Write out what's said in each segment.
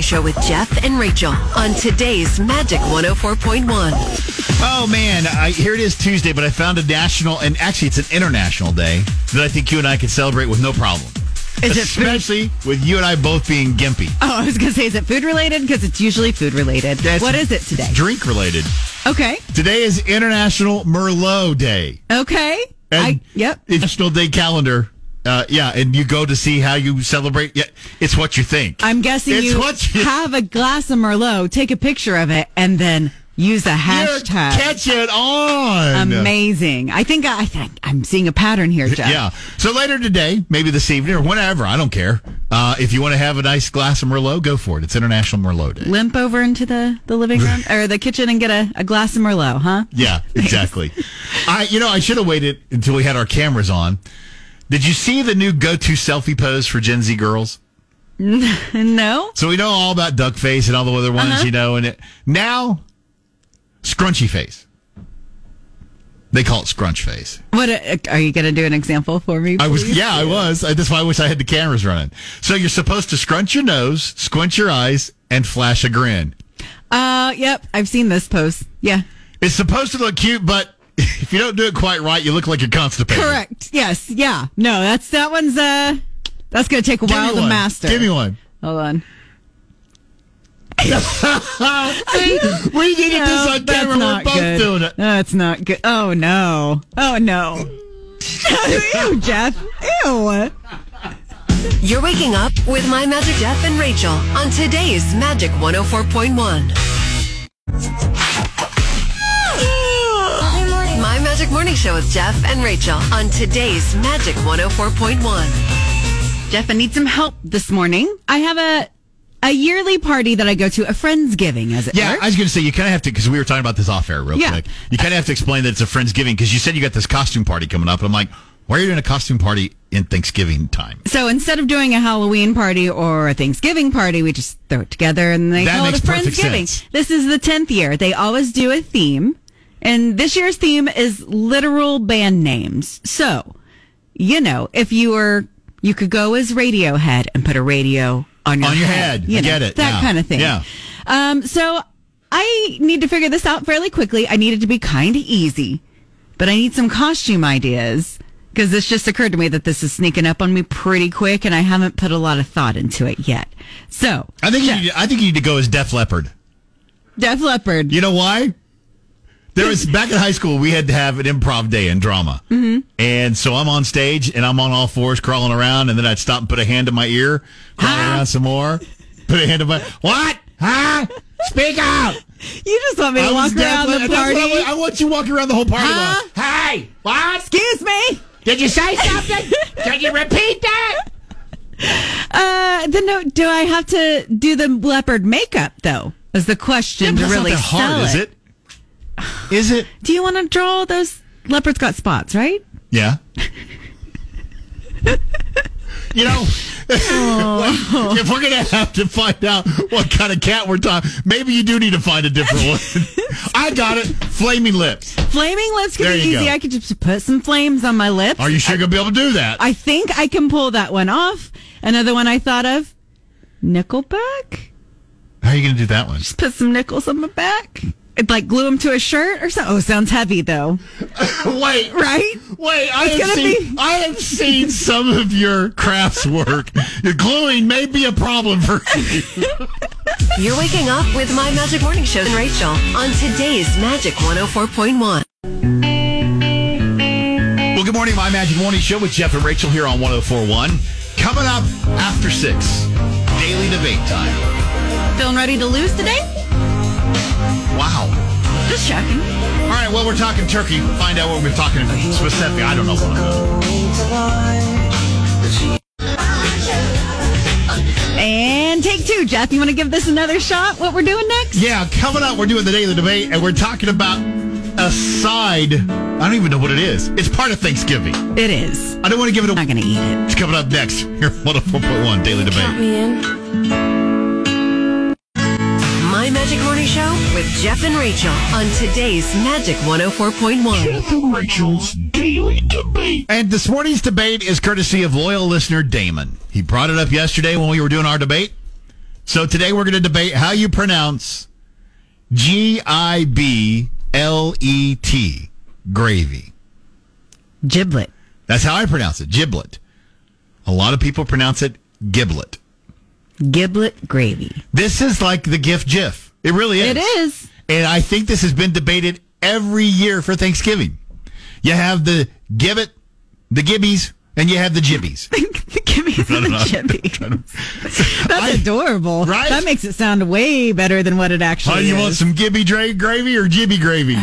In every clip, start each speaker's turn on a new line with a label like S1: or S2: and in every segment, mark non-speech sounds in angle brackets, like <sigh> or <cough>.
S1: Show with Jeff and Rachel on today's Magic 104.1.
S2: Oh man, I, here it is Tuesday, but I found a national and actually it's an international day that I think you and I could celebrate with no problem.
S3: Is it food?
S2: Especially with you and I both being gimpy.
S3: Oh, I was going to say, is it food related? Because it's usually food related.
S2: That's-
S3: what is it today?
S2: It's drink related.
S3: Okay.
S2: Today is International Merlot Day.
S3: Okay.
S2: And
S3: I, yep.
S2: International Day calendar. Uh, yeah, and you go to see how you celebrate. Yeah, it's what you think.
S3: I'm guessing
S2: it's
S3: you
S2: what you
S3: have a glass of Merlot, take a picture of it, and then use a
S2: You're
S3: hashtag.
S2: Catch it on.
S3: Amazing. I think I, I think I'm seeing a pattern here, Jeff.
S2: Yeah. So later today, maybe this evening or whenever, I don't care. Uh, if you want to have a nice glass of Merlot, go for it. It's International Merlot Day.
S3: Limp over into the, the living room or the kitchen and get a, a glass of Merlot, huh? <laughs>
S2: Yeah, exactly. I, you know, I should have waited until we had our cameras on. Did you see the new go-to selfie pose for Gen Z girls?
S3: No?
S2: So we know all about duck face and all the other ones,
S3: Uh-huh.
S2: you know, and it, now scrunchy face. They call it scrunch face.
S3: What a, are you going to do an example for me?
S2: I was,
S3: please?
S2: yeah, I was. I, that's why I wish I had the cameras running. So you're supposed to scrunch your nose, squint your eyes, and flash a grin.
S3: Uh, yep. I've seen this post. Yeah.
S2: It's supposed to look cute, but <laughs> if you don't do it quite right, you look like you're constipated.
S3: Correct. Yes. Yeah. No, that's that one's uh that's gonna take a
S2: Give me
S3: while to
S2: one.
S3: master.
S2: Give me one.
S3: Hold on.
S2: We needed this
S3: No,
S2: on camera.
S3: that's
S2: We're
S3: not
S2: both
S3: good.
S2: doing it.
S3: That's not good. Oh no. Oh no. <laughs> Ew, Jeff. Ew.
S1: You're waking up with My Magic Jeff and Rachel on today's Magic 104.1. My Magic Morning Show with Jeff and Rachel on today's Magic 104.1.
S3: Jeff, I need some help this morning. I have a a yearly party that I go to, a friendsgiving, as it
S2: Yeah,
S3: were.
S2: I was going to say you kind of have to because we were talking about this off air real
S3: Yeah.
S2: quick. You kind of have to explain that it's a friendsgiving because you said you got this costume party coming up, and I'm like, why are you doing a costume party in Thanksgiving time?
S3: so instead of doing a Halloween party or a Thanksgiving party, we just throw it together and they
S2: That
S3: call it a
S2: makes perfect
S3: Friendsgiving.
S2: sense.
S3: This is the 10th year. They always do a theme. And this year's theme is literal band names. So, you know, if you were, you could go as Radiohead and put a radio on your,
S2: On your head.
S3: you
S2: I
S3: know,
S2: get it.
S3: That
S2: Yeah.
S3: kind of thing.
S2: Yeah.
S3: Um, so I need to figure this out fairly quickly. I needed to be kind of easy, but I need some costume ideas because this just occurred to me that this is sneaking up on me pretty quick and I haven't put a lot of thought into it yet. So,
S2: I think you need, I think you need to go as Def Leppard.
S3: Def Leppard.
S2: You know why? There was back in high school we had to have an improv day in drama, mm-hmm. and so I'm on stage and I'm on all fours crawling around, and then I'd stop and put a hand in my ear, crawl
S3: Ah.
S2: around some more, put a hand in my what? Huh? Speak out!
S3: You just want me to
S2: I was
S3: walk around
S2: definitely-
S3: the
S2: that's what
S3: party?
S2: I want, I want you walking around the whole party.
S3: Huh?
S2: going, Hey, what?
S3: Excuse me.
S2: Did you say
S4: <laughs>
S2: something? Did you repeat that?
S3: Uh, then no, do I have to do the leopard makeup though? Is the question to really sell
S2: is it? Is it?
S3: Do you want to draw those leopards got spots, right? <laughs>
S2: Yeah. you know,
S3: Oh.
S2: <laughs> if we're gonna have to find out what kind of cat we're talking, maybe you do need to find a different
S3: <laughs>
S2: one. I got it. Flaming lips.
S3: Flaming lips could
S2: There
S3: be
S2: you
S3: easy.
S2: go.
S3: I could just put some flames on my lips.
S2: Are you sure gonna be able to do that?
S3: I think I can pull that one off. Another one I thought of, Nickelback.
S2: How are you gonna do that
S3: <laughs>
S2: one?
S3: Put some nickels on my back. It'd like glue them to a shirt or something. Oh, sounds heavy though,
S2: Wait,
S3: right?
S2: Wait, I
S3: It's
S2: have,
S3: gonna
S2: seen,
S3: be-
S2: I have seen some of your crafts work. Your gluing may be a problem
S3: <laughs>
S2: for you.
S1: You're waking up with My Magic Morning Show and Rachel on today's Magic 104.1.
S2: Well, good morning, My Magic Morning Show with Jeff and Rachel here on 1041. Coming up after 6, daily debate time.
S3: Feeling ready to lose today?
S2: Wow.
S3: Just checking.
S2: All right, well, we're talking turkey. Find out what we're talking specifically. I don't know what I'm
S3: And take two, Jeff. You want to give this another shot? What we're doing next?
S2: Yeah, coming up, we're doing the daily debate, and we're talking about a side. I don't even know what it is. It's part of Thanksgiving.
S3: It is.
S2: I don't want to give it
S3: I'm
S2: a.
S3: not gonna eat it.
S2: It's coming up next here on 104.1 Daily Debate.
S1: My Magic Morning Show with Jeff and Rachel on today's Magic 104.1.
S2: And this morning's debate is courtesy of loyal listener Damon. He brought it up yesterday when we were doing our debate. So today we're going to debate how you pronounce G I B L E T, gravy.
S3: Giblet.
S2: That's how I pronounce it, giblet. A lot of people pronounce it giblet.
S3: Giblet gravy.
S2: This is like the GIF GIF. It really is.
S3: It is.
S2: And I think this has been debated every year for Thanksgiving. You have the gibbet, the gibbies, and you have the <laughs> jibbies.
S3: <laughs> Give me the chippy. <laughs> That's
S2: I-
S3: adorable.
S2: Right?
S3: That makes it sound way better than what it actually
S2: Oh,
S3: is.
S2: you want some gibby dra- gravy or jibby <sighs> gravy?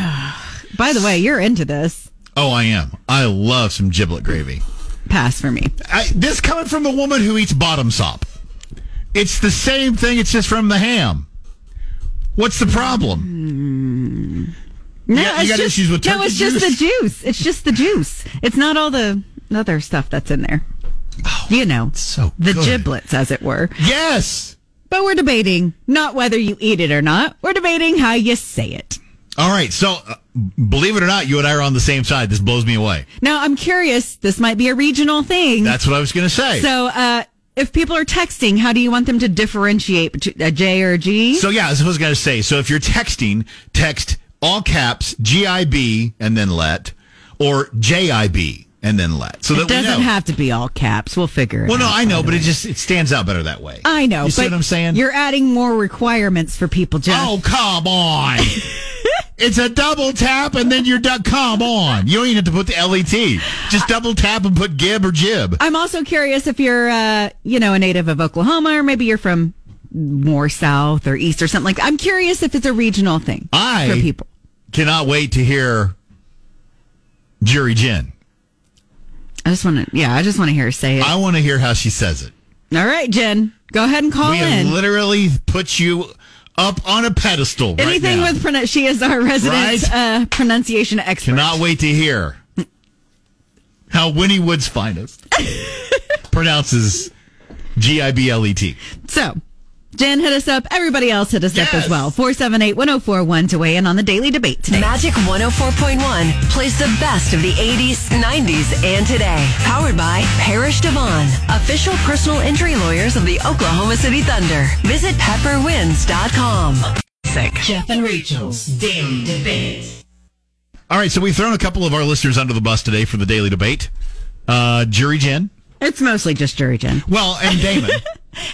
S3: By the way, you're into this.
S2: Oh, I am. I love some giblet gravy.
S3: Pass for me.
S2: I, this coming from a woman who eats bottom sop. It's the same thing. It's just from the ham. What's the problem?
S3: No,
S2: got- you
S3: it's
S2: got
S3: just,
S2: issues with
S3: no,
S2: turkey
S3: it's just the juice. It's just the juice. It's not all the other stuff that's in there. you know,
S2: Oh, so
S3: the
S2: good.
S3: giblets, as it were.
S2: Mm. Yes.
S3: But we're debating not whether you eat it or not. We're debating how you say it.
S2: All right. So, uh, believe it or not, you and I are on the same side. This blows me away.
S3: Now, I'm curious. This might be a regional thing.
S2: That's what I was going to say.
S3: so, uh, if people are texting, how do you want them to differentiate between a J or a G?
S2: So yeah, that's what I was gonna say. So if you're texting, text all caps G I B and then let, or J I B and then let. So that
S3: it doesn't
S2: we know.
S3: have to be all caps. We'll figure it
S2: well,
S3: out.
S2: no, I know, but it just it stands out better that way.
S3: I know.
S2: You see
S3: but
S2: what I'm saying?
S3: You're adding more requirements for people, Jeff.
S2: oh come
S3: <laughs>
S2: on. It's a double tap and then you're done. Come on. You don't even have to put the L E T. Just double tap and put gib or jib.
S3: I'm also curious if you're, uh, you know, a native of Oklahoma or maybe you're from more south or east or something like. I'm curious if it's a regional thing
S2: I
S3: for people.
S2: cannot wait to hear Jury Jen.
S3: I just want to, yeah, I just want to hear her say it.
S2: I want to hear how she says it.
S3: All right, Jen, go ahead and call
S2: We have
S3: in.
S2: literally put you up on a pedestal. right
S3: Anything
S2: now.
S3: with pronoun she is our resident
S2: Right?
S3: uh, pronunciation expert.
S2: Cannot wait to hear how Winnie Woods'
S3: <laughs>
S2: finest pronounces G I B L E T.
S3: So, Jen hit us up. Everybody else hit us up
S2: Yes.
S3: as well. 478 1041 to weigh in on the daily debate today.
S1: Magic 104.1 plays the best of the 80s, 90s, and today. Powered by Parish Devon, official personal injury lawyers of the Oklahoma City Thunder. Visit pepperwinds.com. Jeff and Rachel's Daily Debate.
S2: All right, so we've thrown a couple of our listeners under the bus today for the daily debate. Uh, Jury Jen.
S3: It's mostly just jury, Jen.
S2: Well,
S3: <laughs>
S2: and Damon.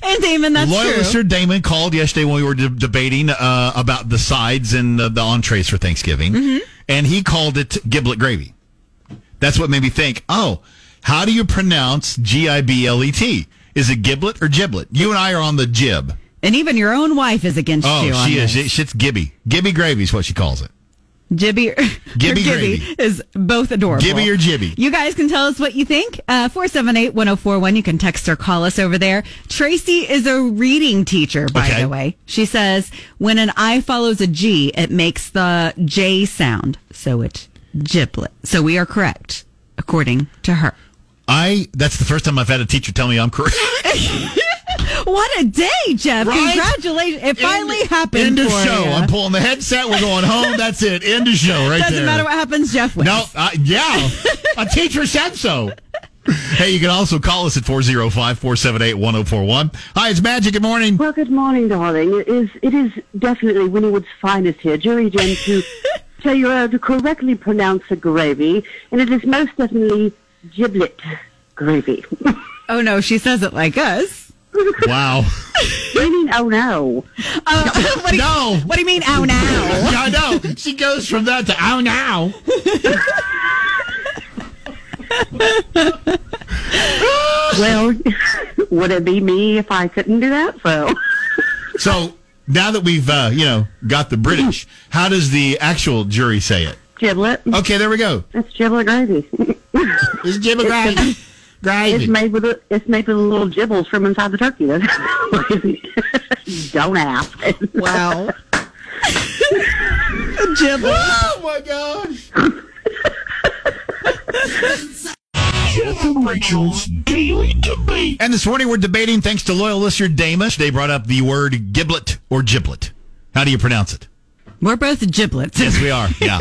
S3: And Damon, that's
S2: Loyal
S3: true.
S2: listener Damon called yesterday when we were de- debating uh, about the sides and the, the entrees for Thanksgiving,
S3: Mm-hmm.
S2: and he called it giblet gravy. That's what made me think. Oh, how do you pronounce G I B L E T? Is it giblet or giblet? You and I are on the jib.
S3: And even your own wife is against
S2: Oh,
S3: you. on
S2: she is.
S3: this.
S2: She, shit's gibby. Gibby gravy is what she calls it.
S3: Jibby or,
S2: Gibby
S3: or <laughs> Gibby
S2: gravy.
S3: is both adorable.
S2: Gibby or Jibby?
S3: You guys can tell us what you think. Uh, 478-1041. You can text or call us over there. Tracy is a reading teacher, by
S2: Okay.
S3: the way. She says, when an I follows a G, it makes the J sound. So it's giblet. So we are correct, according to her.
S2: I. That's the first time I've had a teacher tell me I'm <laughs> correct.
S3: What a day, Jeff.
S2: Right?
S3: Congratulations. It finally
S2: End-
S3: happened
S2: End of
S3: for
S2: show.
S3: ya.
S2: I'm pulling the headset. We're going home. That's it. End of show. Right
S3: Doesn't
S2: there.
S3: matter what happens, Jeff wins.
S2: No, uh, yeah. A teacher said so. Hey, you can also call us at 405 478 1041. Hi, it's Magic. Good
S3: <laughs>
S2: morning.
S5: Well, good morning, darling. It is it is definitely Winnie Wood's finest here, Jury Jen,
S6: <laughs>
S5: to tell you how to correctly pronounce a gravy, and it is most definitely giblet
S6: <laughs>
S5: gravy.
S3: Oh, no. She says it like us.
S2: <laughs> Wow.
S5: Meaning, oh no,
S3: Oh, <laughs> what do you,
S2: No.
S3: What do you mean? Oh, now.
S2: Yeah, I know. She goes from that to oh now.
S5: well, <laughs> would it be me if I couldn't do that? So,
S2: So now that we've, uh, you know, got the British, how does the actual jury say it?
S5: giblet,
S6: Oh.
S2: Okay, there we go.
S5: it's giblet gravy. <laughs>
S2: It's Jim Gravy.
S5: It's
S2: Gravy.
S5: made with a, it's made with little gibbles from inside the turkey. That's <laughs> Don't ask.
S3: Wow. Giblet.
S2: Oh my gosh.
S7: Rachel's Daily Debate.
S2: And this morning we're debating, thanks to loyal listener Damus. They brought up the word giblet or giblet. How do you pronounce it?
S3: <laughs> We're both giblets.
S2: Yes, we are. Yeah.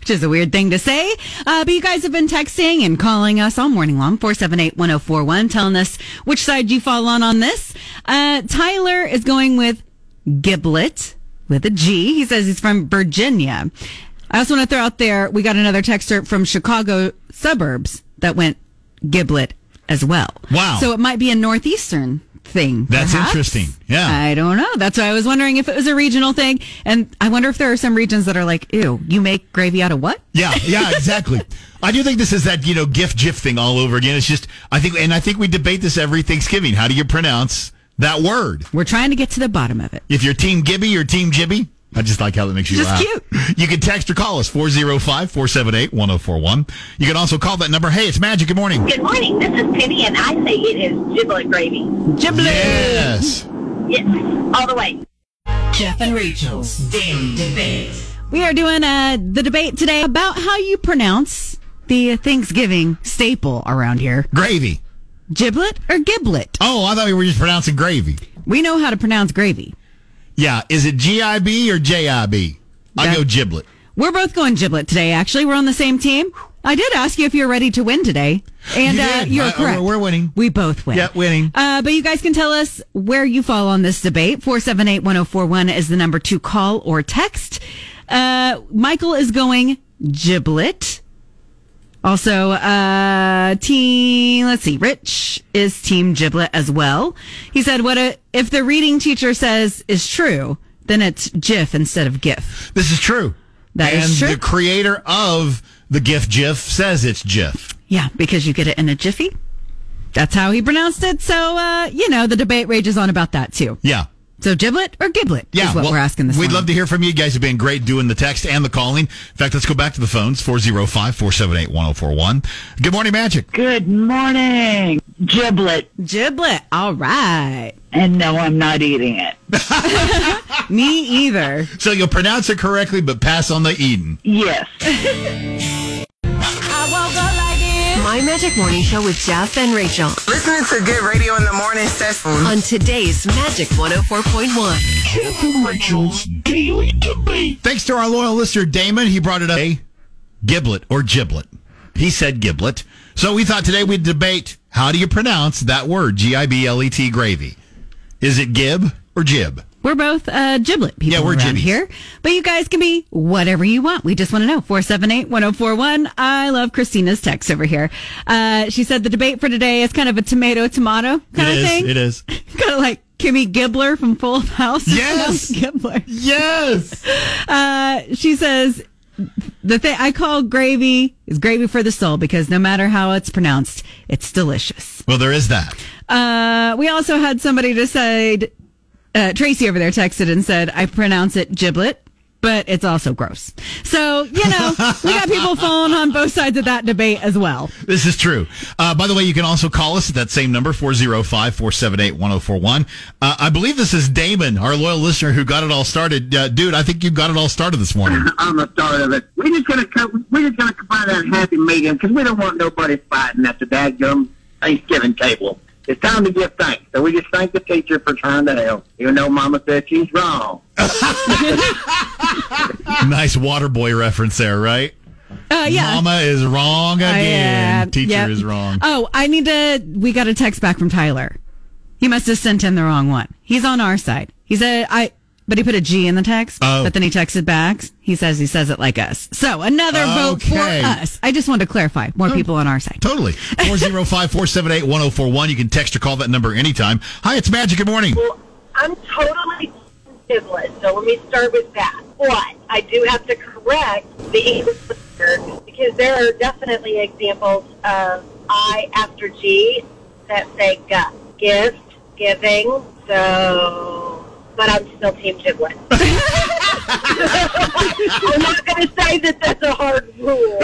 S3: which is a weird thing to say. Uh, but you guys have been texting and calling us all morning long, 478-1041, telling us which side you fall on on this. Uh, Tyler is going with Giblet with a G. He says he's from Virginia. I also want to throw out there, we got another texter from Chicago suburbs that went Giblet as well.
S2: Wow.
S3: So it might be a Northeastern thing.
S2: That's
S3: perhaps.
S2: interesting. Yeah.
S3: I don't know. That's why I was wondering if it was a regional thing. And I wonder if there are some regions that are like, ew, you make gravy out of what?
S2: Yeah, yeah, exactly. I do think this is that you know GIF GIF thing all over again. It's just I think, and I think we debate this every Thanksgiving. How do you pronounce that word?
S3: We're trying to get to the bottom of it.
S2: If you're Team Gibby or Team Jibby, I just like how that makes you
S3: Just
S2: laugh.
S3: cute.
S2: You can text or call us 405-478-1041. You can also call that number. Hey, it's Magic. Good morning.
S6: Good morning. This is Penny, and I say it is giblet gravy.
S3: Giblet.
S2: Yes.
S6: Yes, all the way.
S1: Jeff and Rachel's Daily Debate.
S3: We are doing uh, the debate today about how you pronounce the Thanksgiving staple around here.
S2: Gravy.
S3: Giblet or giblet?
S2: Oh, I thought we were just pronouncing gravy.
S3: We know how to pronounce gravy.
S2: Yeah. Is it G-I-B or J-I-B? I
S3: That-
S2: go giblet.
S3: We're both going giblet today, actually. We're on the same team. I did ask you if you're ready to win today. And
S2: You
S3: uh,
S2: did.
S3: you're
S2: I-
S3: correct.
S2: we're winning.
S3: We both win.
S2: Yeah, winning.
S3: Uh, but you guys can tell us where you fall on this debate. 478 1041 is the number to call or text. Uh, Michael is going giblet. Also, uh, team, let's see, Rich is team giblet as well. He said, what a, if the reading teacher says is true, then it's GIF instead of GIF.
S2: This is true.
S3: That
S2: and
S3: is true.
S2: the creator of the GIF GIF says it's GIF.
S3: Yeah, because you get it in a jiffy. That's how he pronounced it. So, uh, you know, the debate rages on about that too.
S2: Yeah.
S3: So giblet or giblet
S2: Yeah,
S3: is what
S2: well,
S3: we're asking this
S2: We'd
S3: morning.
S2: love to hear from you. You guys have been great doing the text and the calling. In fact, let's go back to the phones 405 478 1041. Good morning, Magic.
S8: Good morning, giblet.
S3: Giblet. All right.
S8: And no, I'm not eating it.
S3: Me either.
S2: So you'll pronounce it correctly, but pass on the Eden.
S8: Yes.
S1: My Magic Morning Show with Jeff and Rachel
S9: Listening to good radio in the morning session.
S1: on today's Magic 104.1.
S7: Jeff and Rachel's Daily Debate.
S2: Thanks to our loyal listener, Damon. He brought it up. A giblet or giblet. He said giblet. So we thought today we'd debate how do you pronounce that word, G I B L E T, gravy? Is it gib or jib?
S3: We're both uh, giblet people
S2: Yeah, we're
S3: around
S2: gibbies.
S3: here. But you guys can be whatever you want. We just want to know. 478-1041. I love Christina's text over here. Uh, she said the debate for today is kind of a tomato-tomato kind of thing.
S2: is.
S3: <laughs> Kind of like Kimmy Gibbler from Full House. <laughs>
S2: Yes.
S3: Gibbler.
S2: Yes.
S3: Uh, she says the thing I call gravy is gravy for the soul because no matter how it's pronounced, it's delicious.
S2: well, there is that.
S3: Uh, we also had somebody decide. Uh, Tracy over there texted and said, "I pronounce it giblet." But it's also gross. So, you know, we got people falling on both sides of that debate as well.
S2: This is true. Uh, by the way, you can also call us at that same number, 405 478 1041. Uh, I believe this is Damon, our loyal listener who got it all started. Uh, dude, I think you got it all started this
S3: <laughs>
S2: morning.
S10: I'm the start of it. We're just gonna come, we're just gonna find that happy medium because we don't want nobody fighting at the daggum Thanksgiving table. It's time to give thanks, so we just thank the teacher for trying to help. Even though Mama said she's wrong.
S2: nice water boy reference there, right?
S3: Uh, yeah.
S2: Mama is wrong again.
S3: uh, Yeah,
S2: Teacher
S3: yep.
S2: is wrong.
S3: Oh, I need to. We got a text back from Tyler. He must have sent in the wrong one. He's on our side. He said I, but he put a G in the text.
S2: Oh.
S3: But then he texted back. He says he says it like us. So another vote for
S2: Okay.
S3: us. I just wanted to clarify. More people on our side.
S2: Totally. 405 478 1041. You can text or call that number anytime. Hi, it's Magic. Good morning.
S6: Well, I'm totally giblet, so let me start with that. But I do have to correct the English listener because there are definitely examples of I after G that say gut. Gift, giving, so. But I'm still Team Giblet. <laughs> I'm not going to say that that's a hard rule.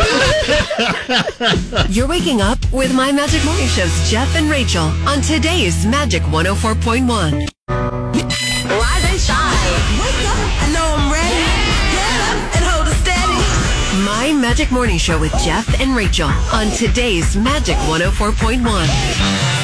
S1: You're waking up with My Magic Morning Show's Jeff and Rachel on today's Magic 104.1. Rise and shine. Wake up. I know I'm ready. Get up and hold it steady. My oh Magic Morning Show with Jeff and Rachel on today's Magic 104.1.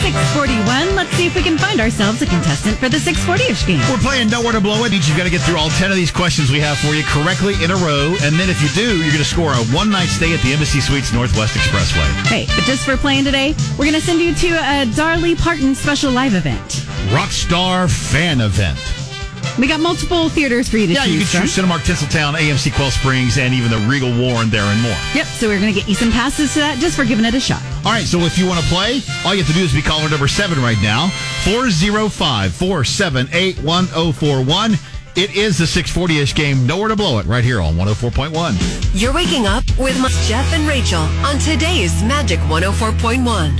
S3: 641. Let's see if we can find ourselves a contestant for the 640-ish game.
S2: We're playing Nowhere to Blow It. Each you've got to get through all 10 of these questions we have for you correctly in a row. And then if you do, you're going to score a one night stay at the Embassy Suites Northwest Expressway.
S3: Hey, but just for playing today, we're going to send you to a Darlie Parton special live event.
S2: Rockstar Fan Event.
S3: We got multiple theaters for you to
S2: Yeah,
S3: choose
S2: you can
S3: from.
S2: choose Cinemark Tinseltown, AMC Quell Springs, and even the Regal Warren there and more.
S3: Yep, so we're going to get you some passes to that just for giving it a shot.
S2: All right, so if you want to play, all you have to do is be caller number seven right now 405 478 1041. It is the 640 ish game, Nowhere to Blow It, right here on 104.1.
S1: You're waking up with my- Jeff and Rachel on today's Magic 104.1.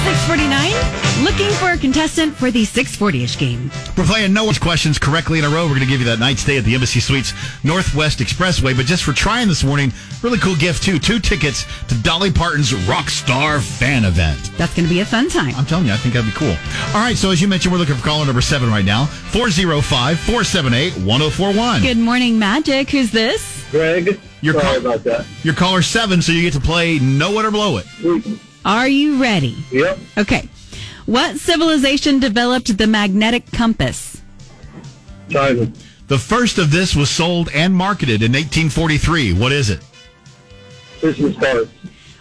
S3: 649, looking for a contestant for the 640-ish game.
S2: We're playing no one's questions correctly in a row. We're going to give you that night stay at the Embassy Suites Northwest Expressway. But just for trying this morning, really cool gift too. Two tickets to Dolly Parton's Rockstar Fan Event.
S3: That's going to be a fun time.
S2: I'm telling you, I think that'd be cool. All right, so as you mentioned, we're looking for caller number seven right now 405 478 1041.
S3: Good morning, Magic. Who's this?
S10: Greg,
S2: You're
S10: sorry
S2: call-
S10: about that.
S2: You're caller seven, so you get to play Know It or Blow It.
S3: Are you ready?
S10: Yep.
S3: Okay. What civilization developed the magnetic compass?
S10: China.
S2: The first of this was sold and marketed in 1843. What is it?
S10: Christmas cards.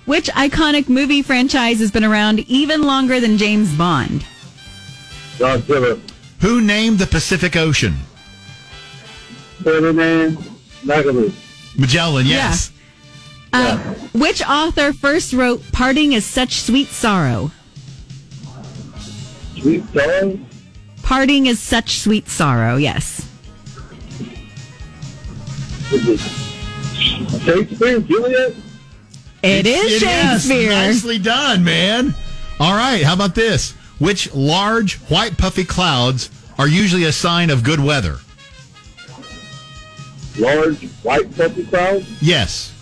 S3: Which iconic movie franchise has been around even longer than James Bond?
S10: Godzilla.
S2: Who named the Pacific Ocean?
S10: Ferdinand. Magaluf.
S2: Magellan, yes.
S3: Uh, which author first wrote Parting is Such Sweet Sorrow?
S10: Sweet Charles.
S3: Parting is Such Sweet Sorrow, yes.
S10: Is it Shakespeare, Juliet.
S2: It
S3: It is
S2: is.
S3: Shakespeare.
S2: Nicely done, man. All right, how about this? Which large, white, puffy clouds are usually a sign of good weather?
S10: Large white puppy crowd.
S2: Yes.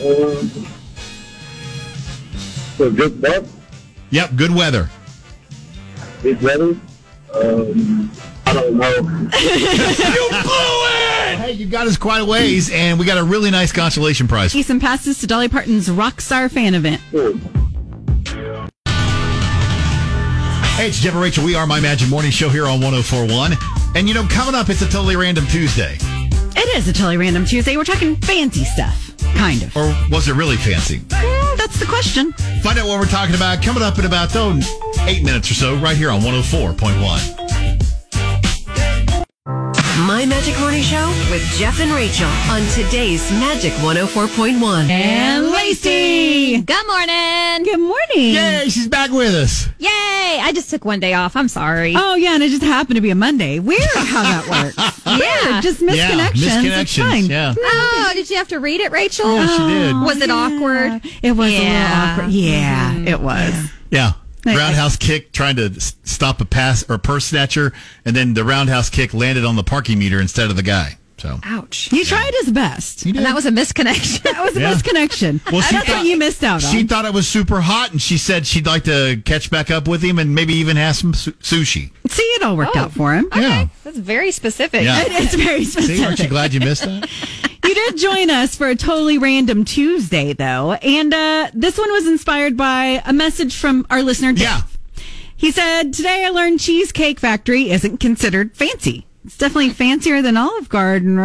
S10: Um, so good luck.
S2: Yep, good weather.
S10: Big weather. Um, I don't know.
S2: Hey, you got us quite a ways, and we got a really nice consolation prize.
S3: Get Some passes to Dolly Parton's Rockstar fan event.
S10: Cool.
S2: Hey, it's Jeff and Rachel. We are My Magic Morning Show here on 1041. And you know, coming up, it's a totally random Tuesday.
S3: It is a totally random Tuesday. We're talking fancy stuff, kind of.
S2: Or was it really fancy?
S3: Mm, that's the question.
S2: Find out what we're talking about coming up in about, though, eight minutes or so, right here on 104.1.
S1: My Magic Morning Show with Jeff and Rachel on today's Magic 104.1.
S3: And Lacey.
S4: Good morning.
S3: Good morning.
S2: Yay, she's back with us.
S4: Yay. I just took one day off. I'm sorry.
S3: Oh yeah, and it just happened to be a Monday. Weird how that <laughs> works.
S4: yeah.
S3: Just misconnections. It's fine.
S2: Misconnections. Yeah.
S4: oh, did you have to read it, Rachel? Oh,
S2: Yeah, she did.
S4: Was it awkward?
S3: It was
S4: Yeah.
S3: a little awkward. Yeah, it was.
S2: Yeah.
S3: I-
S2: Roundhouse kick trying to s- stop a pass or purse snatcher, and then the roundhouse kick landed on the parking meter instead of the guy. So
S4: Ouch.
S3: He tried his best.
S4: And that was a misconnection. <laughs>
S3: That was a
S2: Yeah.
S3: misconnection.
S2: Well, she
S3: That's
S2: thought-
S3: what you missed out on.
S2: she thought it was super hot, and she said she'd like to catch back up with him and maybe even have some su- sushi.
S3: See, it all worked
S4: Oh.
S3: out for him.
S4: Okay.
S2: Yeah.
S4: That's very specific. <laughs>
S2: Yeah.
S3: It- <laughs> It's <laughs> very
S2: See, aren't you
S3: specific.
S2: glad you missed that?
S3: You did join us for a totally random Tuesday, though, and uh, this one was inspired by a message from our listener. Dave.
S2: Yeah.
S3: He said, Today I learned Cheesecake Factory isn't considered fancy. It's definitely fancier than Olive Garden,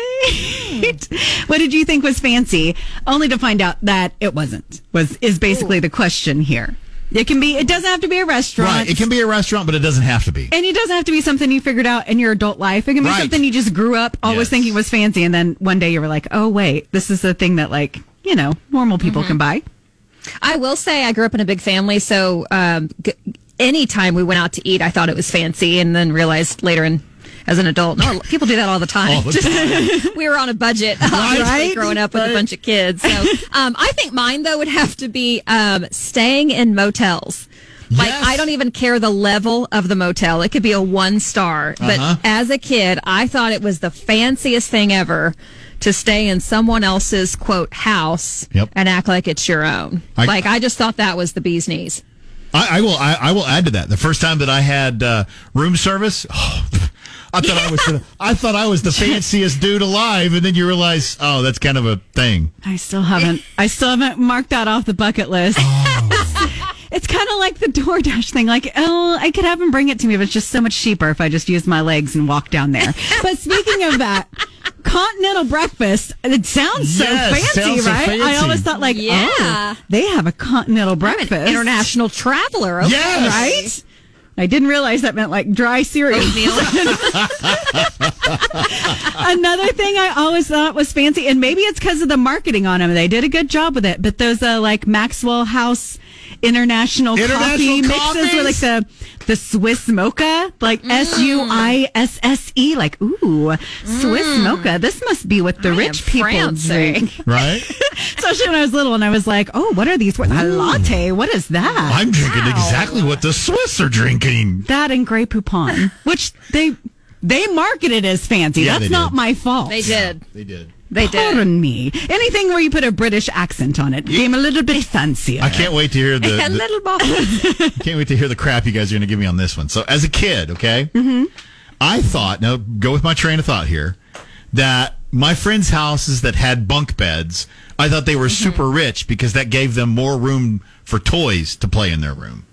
S3: right?
S2: Hmm.
S3: <laughs> what did you think was fancy? Only to find out that it wasn't, was is basically the question here. It can be it doesn't have to be a restaurant.
S2: Right. It can be a restaurant, but it doesn't have to be.
S3: and it doesn't have to be something you figured out in your adult life. It can be
S2: Right.
S3: something you just grew up always
S2: Yes.
S3: thinking was fancy and then one day you were like, Oh wait, this is the thing that like, you know, normal people
S2: Mm-hmm.
S3: can buy.
S4: I will say I grew up in a big family, so um, g- anytime we went out to eat, I thought it was fancy, and then realized later in as an adult, no, people do that all the time.
S2: All the
S4: <laughs> Just- we were on a budget, <laughs> obviously,
S3: Right?
S4: growing up with a bunch of kids. So
S2: <laughs>
S4: um, I think mine though would have to be um, staying in motels. Like
S2: Yes.
S4: I don't even care the level of the motel; it could be a one star. But
S2: Uh-huh.
S4: as a kid, I thought it was the fanciest thing ever to stay in someone else's quote house
S2: Yep.
S4: and act like it's your own.
S2: I-
S4: like I just thought that was the bee's knees.
S2: I, I will. I, I will add to that. The first time that I had uh, room service, <sighs> oh, I thought I was. The, I thought I was the fanciest dude alive, and then you realize, oh, that's kind of a thing.
S4: <laughs>
S3: I still haven't I still haven't marked that off the bucket list.
S4: Oh.
S3: <laughs> It's kind of like the DoorDash thing. Like, oh, I could have them bring it to me, but it's just so much cheaper if I just use my legs and walk down there. but speaking of
S4: <laughs>
S3: that, continental breakfast, it sounds so
S4: Yes,
S3: fancy,
S4: sounds so
S3: right? I
S4: fancy.
S3: always thought, like,
S4: Yeah.
S3: oh, they have a continental breakfast.
S4: international traveler, okay.
S3: Yes. Right? I didn't realize that meant like dry
S4: <laughs>
S3: cereal. Another thing I always thought was fancy, and maybe it's because of the marketing on them. They did a good job with it, but those uh, like Maxwell House international, coffee
S2: International
S3: mixes with like
S2: coffees? Mm.
S3: the the Swiss mocha, like S U I S S E, like ooh Swiss
S2: Mm.
S3: mocha. This must be what the rich people
S4: francing.
S3: drink. <laughs>
S2: Right?
S3: Especially when I was little, and I was like, oh, what are these? What, a latte? What is that?
S2: I'm drinking exactly what the Swiss are drinking.
S3: that and Grey Poupon, which they they marketed as fancy.
S2: Yeah, they
S3: That's not
S2: did.
S3: my fault.
S2: <laughs>
S4: They did.
S2: They did.
S4: They did.
S3: Pardon me. Anything where you put a British accent on it became a little bit fancier.
S2: I can't wait to hear the, the
S4: a little bit.
S2: can't wait to hear the crap you guys are going to give me on this one. So as a kid, okay, mm-hmm. I thought now go with my train of thought here that my friends' houses that had bunk beds, I thought they were
S3: Mm-hmm.
S2: super rich because that gave them more room for toys to play in their room.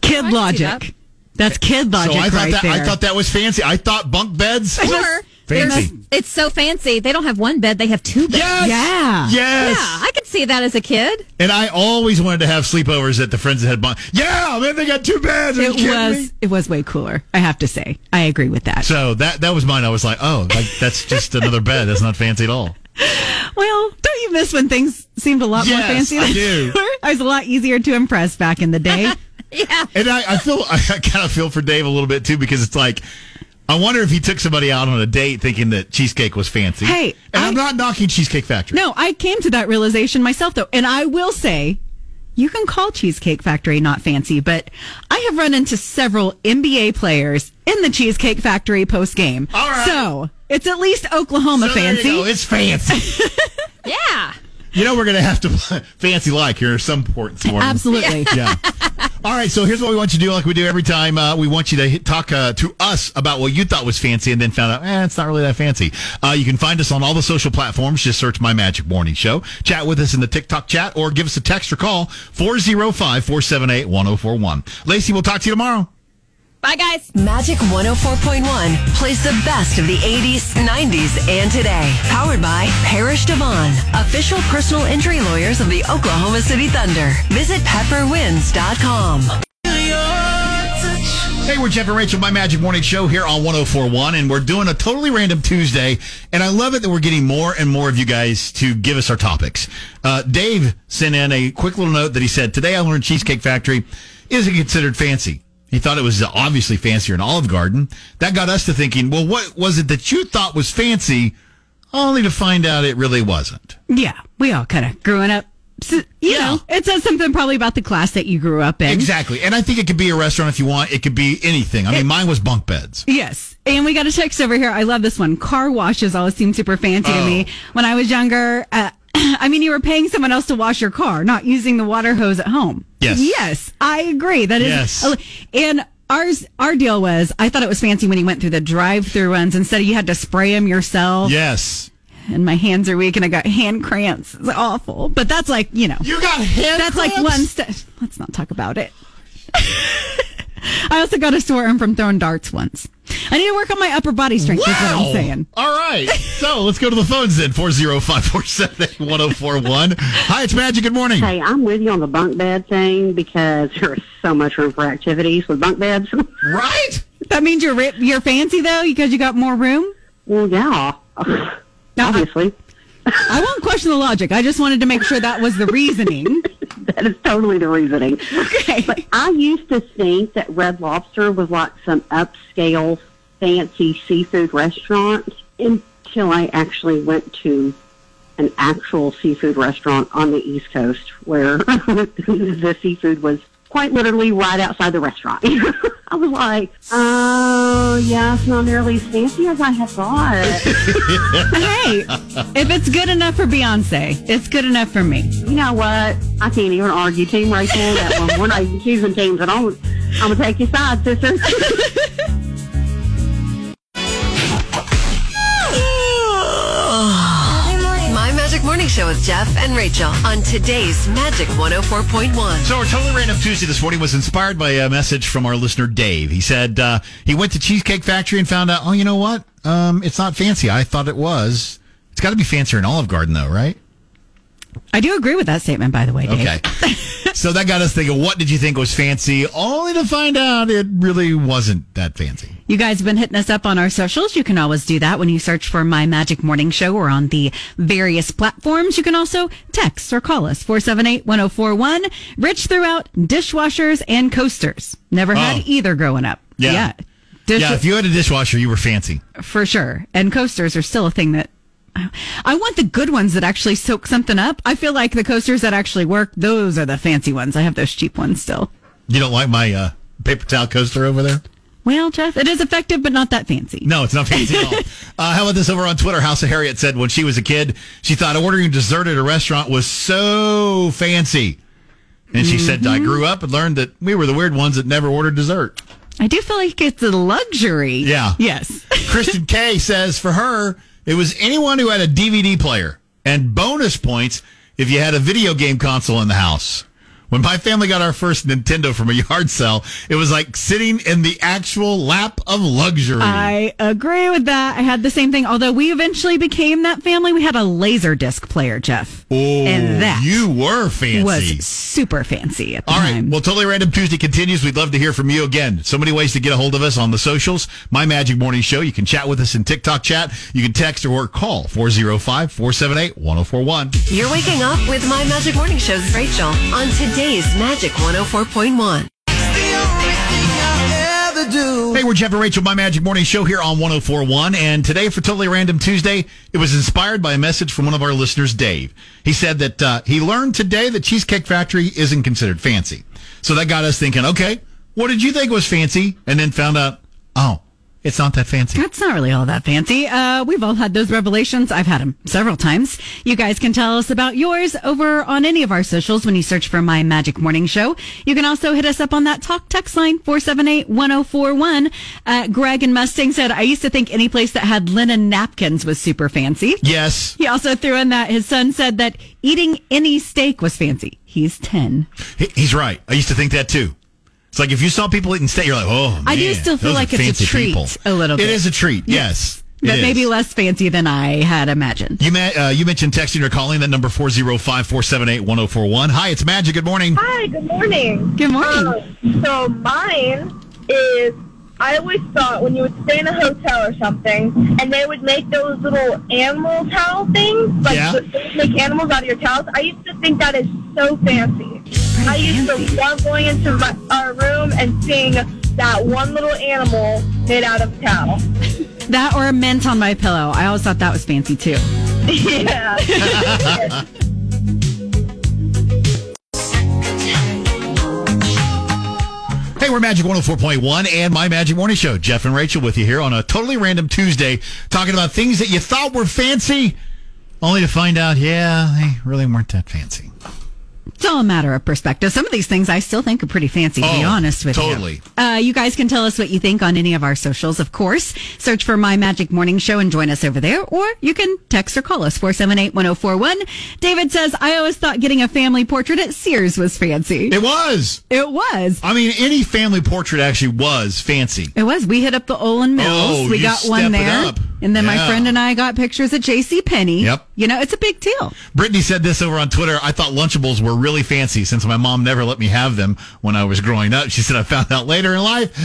S3: Kid
S4: I can see that.
S3: logic. That's kid logic
S2: so I thought
S3: right
S2: that
S3: there.
S2: I thought that was fancy. I thought bunk
S3: <laughs>
S2: beds
S4: Or
S2: fancy.
S4: it's so fancy. They don't have one bed; they have two beds.
S2: Yes.
S3: Yeah.
S4: Yeah,
S2: Yes.
S4: I could see that as a kid.
S2: And I always wanted to have sleepovers at the friends that had bunk. Yeah, man, they got two beds. Are you
S3: it
S2: kidding
S3: was
S2: me?
S3: it was way cooler. I have to say, I agree with that.
S2: So that that was mine. I was like, oh, like that's just another bed. That's not fancy at all.
S3: well, don't you miss when things seemed a lot more
S2: Yes,
S3: fancy?
S2: I
S3: than
S2: do.
S3: they were? <laughs> I was a lot easier to impress back in
S2: <laughs>
S3: the day.
S4: Yeah,
S2: And I, I feel <laughs> I kind of feel for Dave a little bit too because it's like I wonder if he took somebody out on a date thinking that cheesecake was fancy.
S3: Hey,
S2: and I, am
S3: I-
S2: not knocking Cheesecake Factory.
S3: No, I came to that realization myself, though. And I will say, you can call Cheesecake Factory not fancy, but I have run into several NBA players in the Cheesecake Factory post game.
S2: All right.
S3: So it's at least Oklahoma
S2: So there you
S3: fancy.
S2: go. It's fancy.
S4: yeah.
S2: you know we're gonna have to <laughs> fancy like here at some point this morning. <laughs>
S3: <laughs> Absolutely.
S2: yeah. All right, so here's what we want you to do, like we do every time. Uh, we want you to hit, talk uh, to us about what you thought was fancy and then found out, eh, it's not really that fancy. Uh, you can find us on all the social platforms. Just search My Magic Morning Show. Chat with us in the TikTok chat or give us a text or call 405 478 1041. Lacey, we'll talk to you tomorrow.
S4: Bye, guys.
S1: Magic 104.1 plays the best of the 80s, 90s, and today. Powered by Parish Devon, official personal injury lawyers of the Oklahoma City Thunder. Visit pepperwinds.com.
S2: Hey, we're Jeff and Rachel, My Magic Morning Show here on 1041, and we're doing a totally random Tuesday. And I love it that we're getting more and more of you guys to give us our topics. Uh, Dave sent in a quick little note that he said, Today I learned Cheesecake Factory isn't considered fancy. He thought it was obviously fancier in Olive Garden. That got us to thinking, well, what was it that you thought was fancy, only to find out it really wasn't?
S3: yeah. We all kind of growing up. s- You
S2: Yeah.
S3: know, it says something probably about the class that you grew up in.
S2: Exactly. And I think it could be a restaurant if you want, it could be anything. I mean, mine was bunk beds.
S3: Yes. And we got a text over here. I love this one. Car washes always seem super fancy to me.
S2: Oh.
S3: When I was younger, uh, <clears throat> I mean, you were paying someone else to wash your car, not using the water hose at home.
S2: Yes.
S3: Yes. I agree. That is.
S2: Yes.
S3: And ours, our deal was, I thought it was fancy when you went through the drive through ones. Instead, you had to spray them yourself.
S2: Yes.
S3: And my hands are weak and I got hand cramps. It's awful. But that's like, you know.
S2: You got hand
S3: That's like
S2: cramps?
S3: one step. Let's not talk about it. <laughs> I also got a sore arm from throwing darts once. I need to work on my upper body strength, is what I'm saying.
S2: All right. So let's go to the phones then 405 478 1041. Hi, it's Magic. Good morning.
S5: Hey, I'm with you on the bunk bed thing because there's so much room for activities with bunk beds. <laughs>
S2: Right?
S3: That means you're ri- you're fancy though, because you got more room.
S5: well, yeah, obviously <laughs>
S3: I won't question the logic. I just wanted to make sure that was
S2: <laughs>
S3: the reasoning.
S5: that is totally the reasoning.
S3: Okay.
S5: But I used to think that Red Lobster was like some upscale fancy seafood restaurant until I actually went to an actual seafood restaurant on the East Coast where <laughs> the seafood was quite literally right outside the restaurant. <laughs> I was like, oh, yeah, it's not nearly as fancy as I had thought.
S3: hey, if it's good enough for Beyonce, it's good enough for me.
S5: you know what? I can't even argue. Team Rachel, that one. We're not even choosing teams, and I'm, I'm going to take your side, sister. <laughs>
S1: My Magic Morning Show with Jeff and Rachel on today's Magic 104.1.
S2: So our totally random Tuesday this morning was inspired by a message from our listener Dave. He said uh, he went to Cheesecake Factory and found out, oh, you know what? Um, it's not fancy. I thought it was. It's got to be fancier in Olive Garden, though, right?
S3: I do agree with that statement, by the way, Dave.
S2: Okay. so that got us thinking. What did you think was fancy? Only to find out it really wasn't that fancy.
S3: You guys have been hitting us up on our socials. You can always do that when you search for My Magic Morning Show or on the various platforms. You can also text or call us 478 1041. Rich threw out dishwashers and coasters. Never
S2: Oh.
S3: had either growing up.
S2: Yeah.
S3: Dish-
S2: yeah, if you had a dishwasher, you were fancy.
S3: for sure. And coasters are still a thing that I want the good ones that actually soak something up. I feel like the coasters that actually work, those are the fancy ones. I have those cheap ones still.
S2: You don't like my uh, paper towel coaster over there?
S3: Well, Jeff, it is effective, but not that fancy.
S2: No, it's not fancy at <laughs> all. Uh, how about this over on Twitter? House of Harriet said when she was a kid, she thought ordering dessert at a restaurant was so fancy. And she said, I grew up and learned that we were the weird ones that never ordered dessert.
S3: I do feel like it's a luxury.
S2: Yeah.
S3: Yes. <laughs>
S2: Kristen K says for her, it was anyone who had a DVD player and bonus points if you had a video game console in the house. When my family got our first Nintendo from a yard sale, it was like sitting in the actual lap of luxury.
S3: I agree with that. I had the same thing, although we eventually became that family. We had a laser disc player, Jeff.
S2: oh,
S3: and that
S2: you were fancy.
S3: was super fancy at the
S2: All right.
S3: time.
S2: Well, Totally Random Tuesday continues. We'd love to hear from you again. So many ways to get a hold of us on the socials. My Magic Morning Show. You can chat with us in TikTok chat. You can text or call 405 478 1041.
S1: You're waking up with My Magic Morning Show's Rachel on today's Magic 104.1.
S2: Hey, we're Jeff and Rachel, my Magic Morning Show here on 1041. And today for Totally Random Tuesday, it was inspired by a message from one of our listeners, Dave. He said that uh, he learned today that Cheesecake Factory isn't considered fancy. So that got us thinking, okay, what did you think was fancy? And then found out, oh, it's not that fancy.
S3: That's not really all that fancy. Uh, we've all had those revelations. I've had them several times. You guys can tell us about yours over on any of our socials when you search for My Magic Morning Show. You can also hit us up on that talk text line, 478-1041. Uh, Greg and Mustang said, I used to think any place that had linen napkins was super fancy.
S2: Yes.
S3: He also threw in that his son said that eating any steak was fancy. He's 10.
S2: He- He's right. I used to think that too. It's like if you saw people eating steak, you're like, oh, man,
S3: I do still feel
S2: those are
S3: like it's a
S2: fancy
S3: treat
S2: people.
S3: a little bit.
S2: It is a treat. Yes.
S3: But
S2: it
S3: maybe
S2: is.
S3: less fancy than I had imagined.
S2: You, ma- uh, you mentioned texting or calling that number 405 478 1041. Hi, it's Magic. Good morning.
S6: Hi, good morning.
S3: Good morning.
S6: Um, so mine is I always thought when you would stay in a hotel or something, and they would make those little animal towel things, like
S2: Yeah.
S6: th- they would make animals out of your towels. I used to think that is so fancy. I used to love going into my, our room and seeing that one little animal made out of towel. <laughs>
S3: That or a mint on my pillow. I always thought that was fancy too.
S6: yeah.
S2: Hey, we're Magic 104.1 and My Magic Morning Show. Jeff and Rachel with you here on a totally random Tuesday talking about things that you thought were fancy, only to find out, yeah, they really weren't that fancy.
S3: It's all a matter of perspective. Some of these things I still think are pretty fancy, to be
S2: Oh,
S3: honest with you.
S2: totally.
S3: Totally. Uh, you guys can tell us what you think on any of our socials, of course. Search for My Magic Morning Show and join us over there, or you can text or call us 478 1041. David says, I always thought getting a family portrait at Sears was fancy.
S2: It was.
S3: It was.
S2: I mean, any family portrait actually was fancy.
S3: It was. We hit up the Olin Mills.
S2: Oh,
S3: we
S2: you
S3: got
S2: step
S3: one
S2: it
S3: there.
S2: up.
S3: And then my
S2: Yeah.
S3: friend and I got pictures at J.C. Penney.
S2: Yep.
S3: You know, it's a big deal.
S2: Brittany said this over on Twitter. I thought Lunchables were really fancy since my mom never let me have them when I was growing up. She said I found out later in life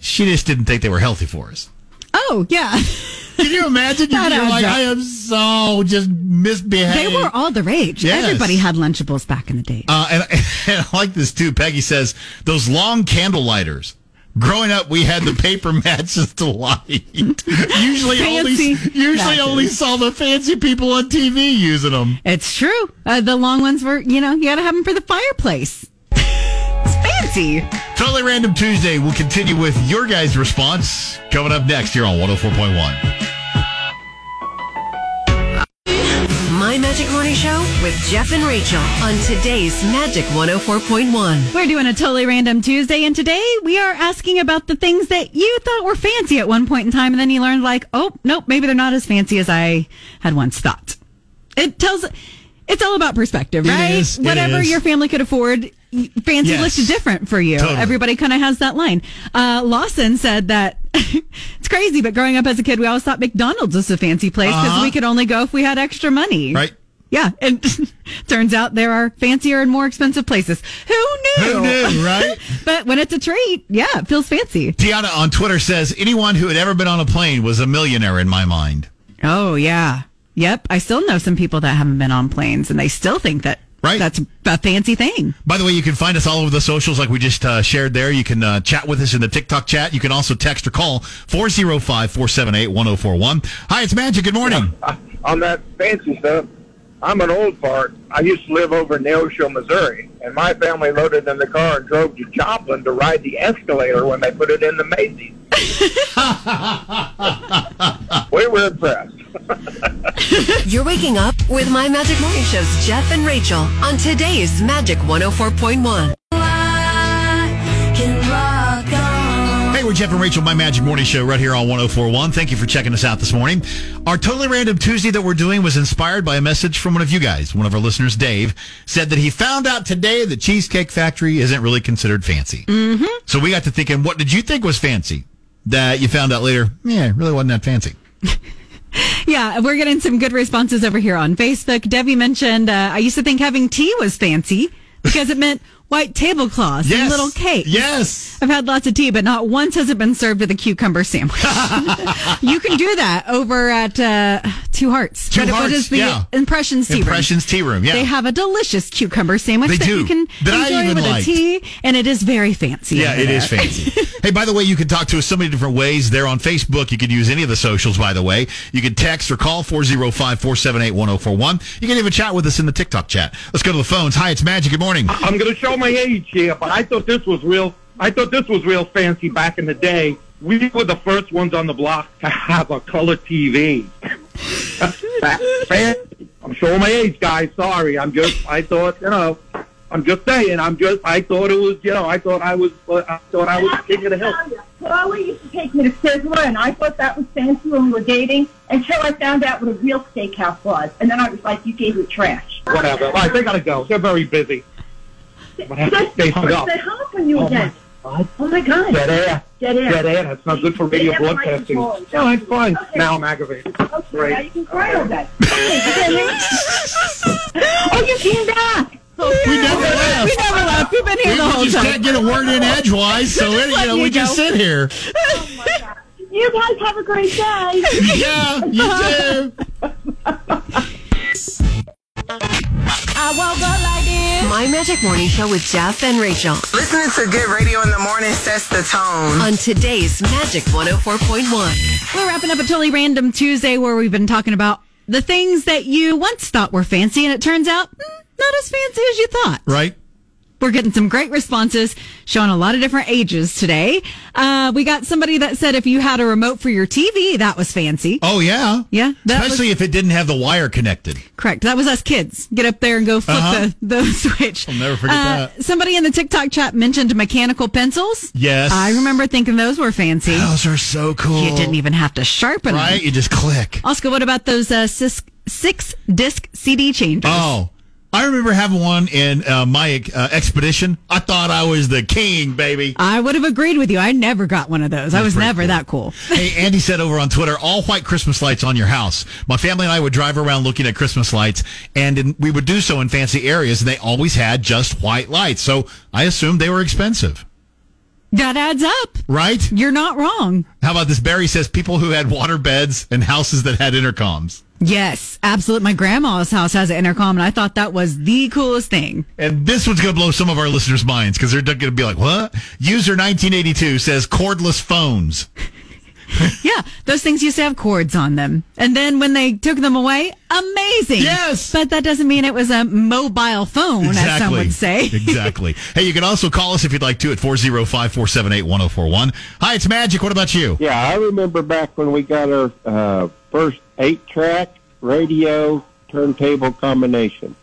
S2: she just didn't think they were healthy for us.
S3: Oh, yeah. <laughs>
S2: Can you imagine?
S3: That
S2: You're
S3: adds
S2: like,
S3: up.
S2: I am so just misbehaved.
S3: They were all the rage.
S2: Yes.
S3: Everybody had Lunchables back in the day.
S2: Uh, and, <laughs> and I like this too. Peggy says those long candle lighters. Growing up, we had the paper <laughs> matches to light. usually, only
S3: Fancy
S2: usually
S3: matches.
S2: only saw the fancy people on TV using them.
S3: It's true. Uh, the long ones were, you know, you got to have them for the fireplace. it's fancy.
S2: Totally Random Tuesday. We'll continue with your guys' response coming up next here on 104.1.
S1: My Magic Morning Show with Jeff and Rachel on today's Magic 104.1.
S3: We're doing a totally random Tuesday, and today we are asking about the things that you thought were fancy at one point in time, and then you learned, like, oh, nope, maybe they're not as fancy as I had once thought. It tells. It's all about perspective,
S2: It
S3: right?
S2: is, it
S3: Whatever
S2: is.
S3: your family could afford, y- fancy
S2: Yes.
S3: looks different for you.
S2: Totally.
S3: Everybody kind of has that line. Uh, Lawson said that <laughs> it's crazy, but growing up as a kid, we always thought McDonald's was a fancy place because
S2: Uh-huh.
S3: we could only go if we had extra money.
S2: Right.
S3: Yeah, and <laughs> turns out there are fancier and more expensive places. Who knew?
S2: Who knew, right?
S3: but when it's a treat, yeah, it feels fancy.
S2: Tiana on Twitter says anyone who had ever been on a plane was a millionaire in my mind.
S3: Oh yeah, yep. I still know some people that haven't been on planes, and they still think that
S2: Right.
S3: that's a fancy thing.
S2: By the way, you can find us all over the socials like we just uh, shared there. You can uh, chat with us in the TikTok chat. You can also text or call 405-478-1041. Hi, it's Magic. Good morning.
S11: on that fancy stuff. I'm an old fart. I used to live over in Neosho, Missouri, and my family loaded in the car and drove to Joplin to ride the escalator when they put it in the Macy's. we were impressed.
S1: You're waking up with My Magic Morning Show's Jeff and Rachel on today's Magic 104.1.
S2: Hey, we're Jeff and Rachel, my Magic Morning Show, right here on 1041. Thank you for checking us out this morning. Our totally random Tuesday that we're doing was inspired by a message from one of you guys. One of our listeners, Dave, said that he found out today that Cheesecake Factory isn't really considered fancy. Mm-hmm. So we got to thinking, what did you think was fancy? That you found out later, yeah, it really wasn't that fancy.
S3: Yeah, we're getting some good responses over here on Facebook. Debbie mentioned uh, I used to think having tea was fancy because it meant white tablecloths and
S2: Yes.
S3: little cakes.
S2: Yes.
S3: I've had lots of tea, but not once has it been served with a
S2: <laughs>
S3: cucumber sandwich. you can do that over at uh, Two Hearts.
S2: Two
S3: What- what
S2: Hearts,
S3: is the
S2: yeah.
S3: Impressions Tea
S2: Impressions
S3: Room?
S2: Tea Room, yeah.
S3: They have a delicious cucumber sandwich
S2: They
S3: that
S2: do,
S3: you can
S2: that I
S3: enjoy
S2: even
S3: with
S2: liked.
S3: a tea, and it is very fancy.
S2: Yeah,
S3: over
S2: it
S3: there.
S2: is fancy.
S3: <laughs>
S2: hey, by the way, you can talk to us so many different ways. There on Facebook, you can use any of the socials, by the way. You can text or call 405 478 1041. You can even chat with us in the TikTok chat. Let's go to the phones. Hi, it's Magic. Good morning.
S10: I'm going to show my age here, but I thought this was real. I thought this was real fancy back in the day. We were the first ones on the block to have a color
S6: <laughs>
S10: TV. Fa- fancy. I'm showing my age, guys. Sorry, I'm just. I thought you know. I'm just saying. I'm just. I thought it was. You know. I thought I was. Uh, I thought I was king of the hill.
S6: Chloe used to take me to Sizzler, and I thought that was fancy when we were dating until I found out what a real steakhouse was. And then I was like, you gave me trash.
S10: Whatever. All right, they gotta go. They're very busy. Whatever. They hung up.
S6: They hung up on you
S10: Oh,
S6: again.
S10: God.
S6: Oh, my God.
S10: Dead air.
S6: Dead air.
S10: Dead air. That's not good for radio
S6: Dead air mic
S10: broadcasting.
S6: control.
S10: No, that's fine.
S6: Okay.
S10: Now I'm aggravated.
S6: Okay, now you can cry all day.
S12: <laughs>
S6: oh, you came back.
S2: We never left.
S3: We never left. We've been here
S2: We
S3: the whole
S2: just
S3: time.
S2: can't get a word in edgewise, so
S3: <laughs> Just
S2: it, you
S3: let
S2: know,
S3: you
S2: we just
S3: go.
S2: sit
S3: <laughs>
S2: here.
S6: You guys have a great day.
S2: Yeah,
S3: Uh-huh.
S2: you do.
S1: I woke up like this. My Magic Morning Show with Jeff and Rachel.
S9: Listening to good radio in the morning sets the tone.
S1: On today's Magic 104.1.
S3: We're wrapping up a totally random Tuesday where we've been talking about the things that you once thought were fancy, and it turns out mm, not as fancy as you thought.
S2: Right?
S3: We're getting some great responses showing a lot of different ages today. Uh, we got somebody that said if you had a remote for your TV, that was fancy.
S2: Oh, yeah.
S3: Yeah, that
S2: Especially if it didn't have the wire connected.
S3: Correct. That was us kids. Get up there and go flip
S2: Uh-huh.
S3: the, <laughs> the switch. Uh,
S2: I'll never forget that.
S3: Somebody in the TikTok chat mentioned mechanical pencils.
S2: Yes.
S3: I remember thinking those were fancy.
S2: Those are so cool.
S3: You didn't even have to sharpen them.
S2: Right? You just click.
S3: Oscar, what about those uh, six, six disc CD changers?
S2: Oh, I remember having one in uh, my uh, expedition. I thought I was the king, baby.
S3: I would have agreed with you. I never got one of those. I
S2: That's
S3: was
S2: pretty
S3: never
S2: cool.
S3: that cool.
S2: Hey, Andy said over on Twitter, all white Christmas lights on your house. My family and I would drive around looking at Christmas lights, and in, we would do so in fancy areas, and they always had just white lights. So I assumed they were expensive,
S3: That adds up.
S2: right?
S3: You're not wrong.
S2: How about this? Barry says people who had water beds and houses that had intercoms.
S3: Yes, absolutely. My grandma's house has an intercom, and I thought that was the coolest thing.
S2: And this one's going to blow some of our listeners' minds because they're going to be like, what? User 1982 says cordless phones.
S3: Yeah, those things used to have cords on them. And then when they took them away, amazing.
S2: Yes.
S3: But that doesn't mean it was a mobile phone, as some would say.
S2: exactly. Hey, you can also call us if you'd like to at 405 478 1041. Hi, it's Magic. What about you?
S11: Yeah, I remember back when we got our uh, first eight-track radio turntable combination.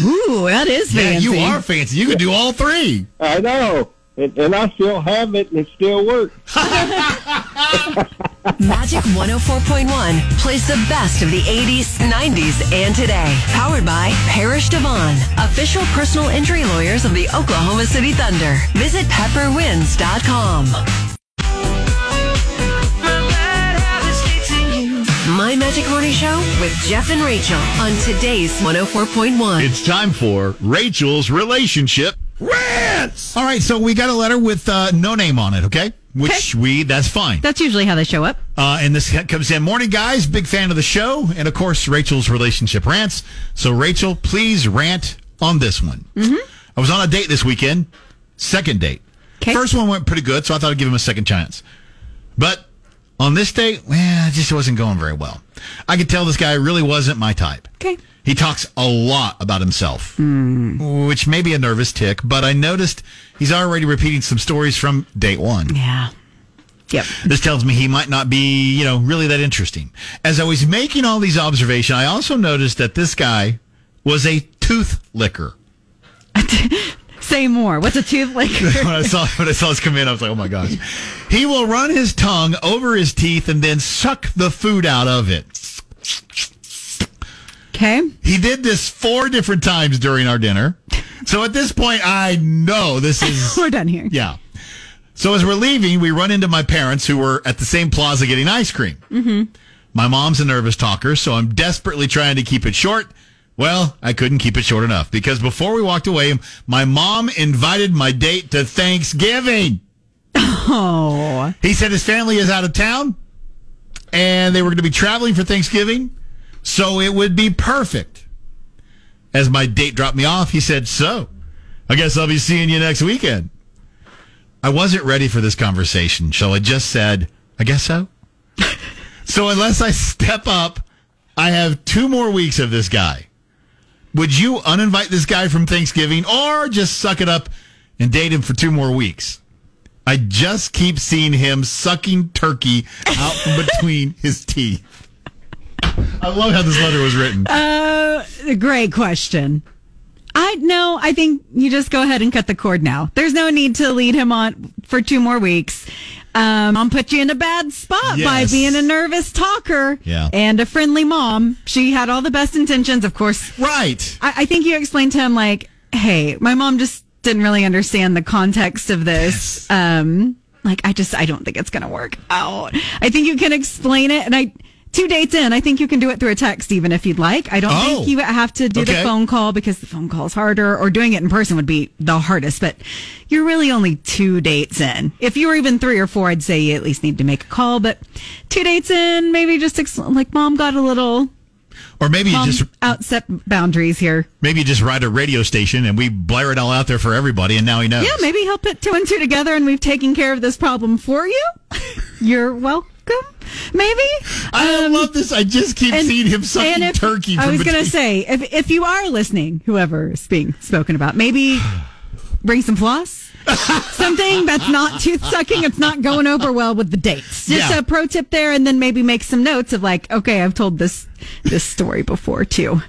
S3: Ooh, that is
S2: Yeah,
S3: fancy.
S2: you are fancy. You can do all three.
S11: I know.
S12: and, and I still have it, and it still works.
S1: Magic 104.1 plays the best of the 80s, 90s, and today. Powered by Parish Devon, official personal injury lawyers of the Oklahoma City Thunder. Visit pepperwins.com. My Magic Morning Show with Jeff and Rachel on today's 104.1.
S2: It's time for Rachel's relationship rants. All right, so we got a letter with uh, no name on it, okay? Which we that's fine.
S3: That's usually how they show up.
S2: Uh, and this comes in morning, guys. Big fan of the show, and of course Rachel's relationship rants. So Rachel, please rant on this one. Mm-hmm. I was on a date this weekend. Second date. First one went pretty good, so I thought I'd give him a second chance. But on this date, well, it just wasn't going very well. I could tell this guy really wasn't my type.
S3: Okay.
S2: He talks a lot about himself, which may be a nervous tick, but I noticed he's already repeating some stories from date one.
S3: Yeah. Yep.
S2: This tells me he might not be, you know, really that interesting. As I was making all these observations, I also noticed that this guy was a tooth licker. <laughs>
S3: Say more. What's a tooth
S2: when
S3: licker?
S2: I saw when I saw this come in, I was like, "Oh my gosh!" He will run his tongue over his teeth and then suck the food out of it.
S3: Okay.
S2: He did this four different times during our dinner. So at this point, I know this is
S3: We're done <laughs> here.
S2: yeah. So as we're leaving, we run into my parents who were at the same plaza getting ice cream.
S7: Mm-hmm.
S2: My mom's a nervous talker, so I'm desperately trying to keep it short. Well, I couldn't keep it short enough because before we walked away, my mom invited my date to Thanksgiving.
S3: Oh.
S2: He said his family is out of town and they were going to be traveling for Thanksgiving, so it would be perfect. As my date dropped me off, he said, So, I guess I'll be seeing you next weekend. I wasn't ready for this conversation, so I just said, I guess so. <laughs> so, unless I step up, I have two more weeks of this guy. Would you uninvite this guy from Thanksgiving or just suck it up and date him for two more weeks? I just keep seeing him sucking turkey out
S3: <laughs>
S2: from between his teeth. I love how this letter was written.
S3: Uh, great question. I no, I think you just go ahead and cut the cord now. There's no need to lead him on for two more weeks. Um, I'll put you in a bad spot by
S2: Yes.
S3: being a nervous talker
S2: Yeah.
S3: and a friendly mom. She had all the best intentions, of course.
S2: Right.
S3: I, I think you explained to him like, "Hey, my mom just didn't really understand the context of this. Um, like, I just I don't think it's gonna work out. I think you can explain it, and I." Two dates in, I think you can do it through a text, even if you'd like. I don't
S2: Oh.
S3: think you have to do the
S2: Okay.
S3: phone call because the phone call is harder, or doing it in person would be the hardest. But you're really only two dates in. If you were even three or four, I'd say you at least need to make a call. But two dates in, maybe just ex- like mom got a little
S2: Or maybe you
S3: mom
S2: just
S3: outset boundaries here.
S2: maybe you just ride a radio station and we blare it all out there for everybody and now he knows.
S3: Yeah, maybe he'll put two and two together, and we've taken care of this problem for you. <laughs> You're welcome. Maybe
S2: I love this. I just keep seeing him sucking
S3: Um, and if-
S2: turkey
S3: I
S2: from
S3: was gonna
S2: between-
S3: say, if if you are listening, whoever is being spoken about, maybe bring
S2: <laughs>
S3: some floss, something that's not tooth sucking. It's not going over well with the dates. Just
S2: Yeah.
S3: a pro tip there, and then maybe make some notes of like, okay, I've told this this story before too.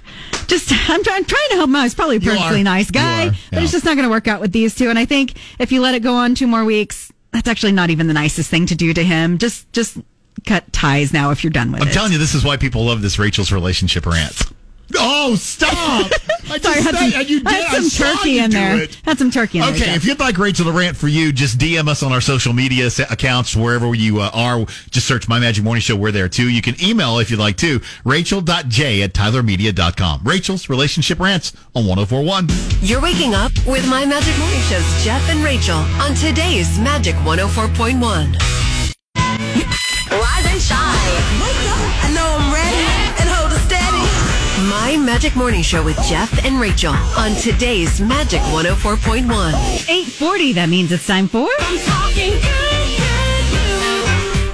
S3: Just I'm trying trying to help him out. He's probably a
S2: You are.
S3: perfectly nice guy,
S2: You are.
S3: but it's
S2: Yeah.
S3: just not going to work out with these two. And I think if you let it go on two more weeks, that's actually not even the nicest thing to do to him. Just just cut ties now if you're done with
S2: I'm
S3: it.
S2: telling you, this is why people love this Rachel's relationship rant. Oh,
S3: <laughs>
S2: stop! I
S3: Sorry, I had
S2: said-
S3: some,
S2: and you
S3: I
S2: did-
S3: had
S2: I
S3: some
S2: saw
S3: turkey
S2: you
S3: in
S2: do
S3: there.
S2: it.
S3: Had some turkey in there.
S2: Okay,
S3: Jeff.
S2: if you'd like Rachel to rant for you, just DM us on our social media sa- accounts, wherever you uh, are. Just search My Magic Morning Show. We're there too. You can email if you'd like to, rachel.j at tylermedia.com. Rachel's Relationship Rants on 1041.
S1: You're waking up with My Magic Morning Show's Jeff and Rachel on today's Magic 104.1. Rise and shine. Wake up. I know I'm ready and hold it steady. My Magic Morning Show with Jeff and Rachel on today's Magic 104.1.
S3: 840, that means it's time for.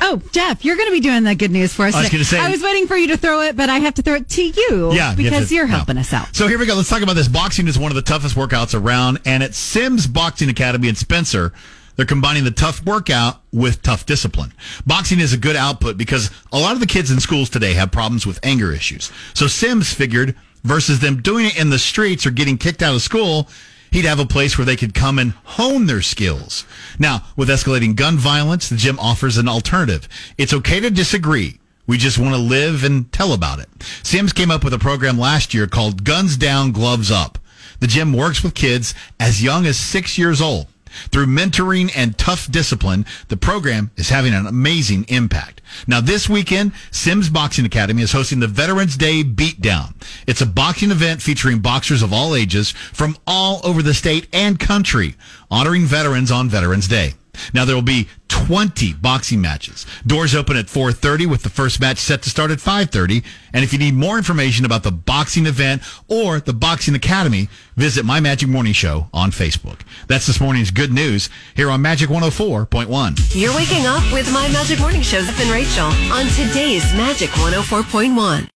S3: Oh, Jeff, you're going to be doing the good news for us.
S2: I was
S3: today.
S2: gonna say-
S3: I was waiting for you to throw it, but I have to throw it to you
S2: Yeah, you have
S3: because
S2: to-
S3: you're
S2: no.
S3: helping us out.
S2: So here we go. Let's talk about this. Boxing is one of the toughest workouts around, and at Sims Boxing Academy in Spencer, they're combining the tough workout with tough discipline. Boxing is a good output because a lot of the kids in schools today have problems with anger issues. So Sims figured versus them doing it in the streets or getting kicked out of school, he'd have a place where they could come and hone their skills. Now, with escalating gun violence, the gym offers an alternative. It's okay to disagree. We just want to live and tell about it. Sims came up with a program last year called Guns Down, Gloves Up. The gym works with kids as young as six years old. Through mentoring and tough discipline, the program is having an amazing impact. Now, this weekend, Sims Boxing Academy is hosting the Veterans Day Beatdown. It's a boxing event featuring boxers of all ages from all over the state and country, honoring veterans on Veterans Day. Now there will be 20 boxing matches. Doors open at 4:30 with the first match set to start at 5:30. And if you need more information about the boxing event or the boxing academy, visit my Magic Morning Show on Facebook. That's this morning's good news here on Magic 104.1.
S1: You're waking up with My Magic Morning Shows with Rachel on today's Magic 104.1.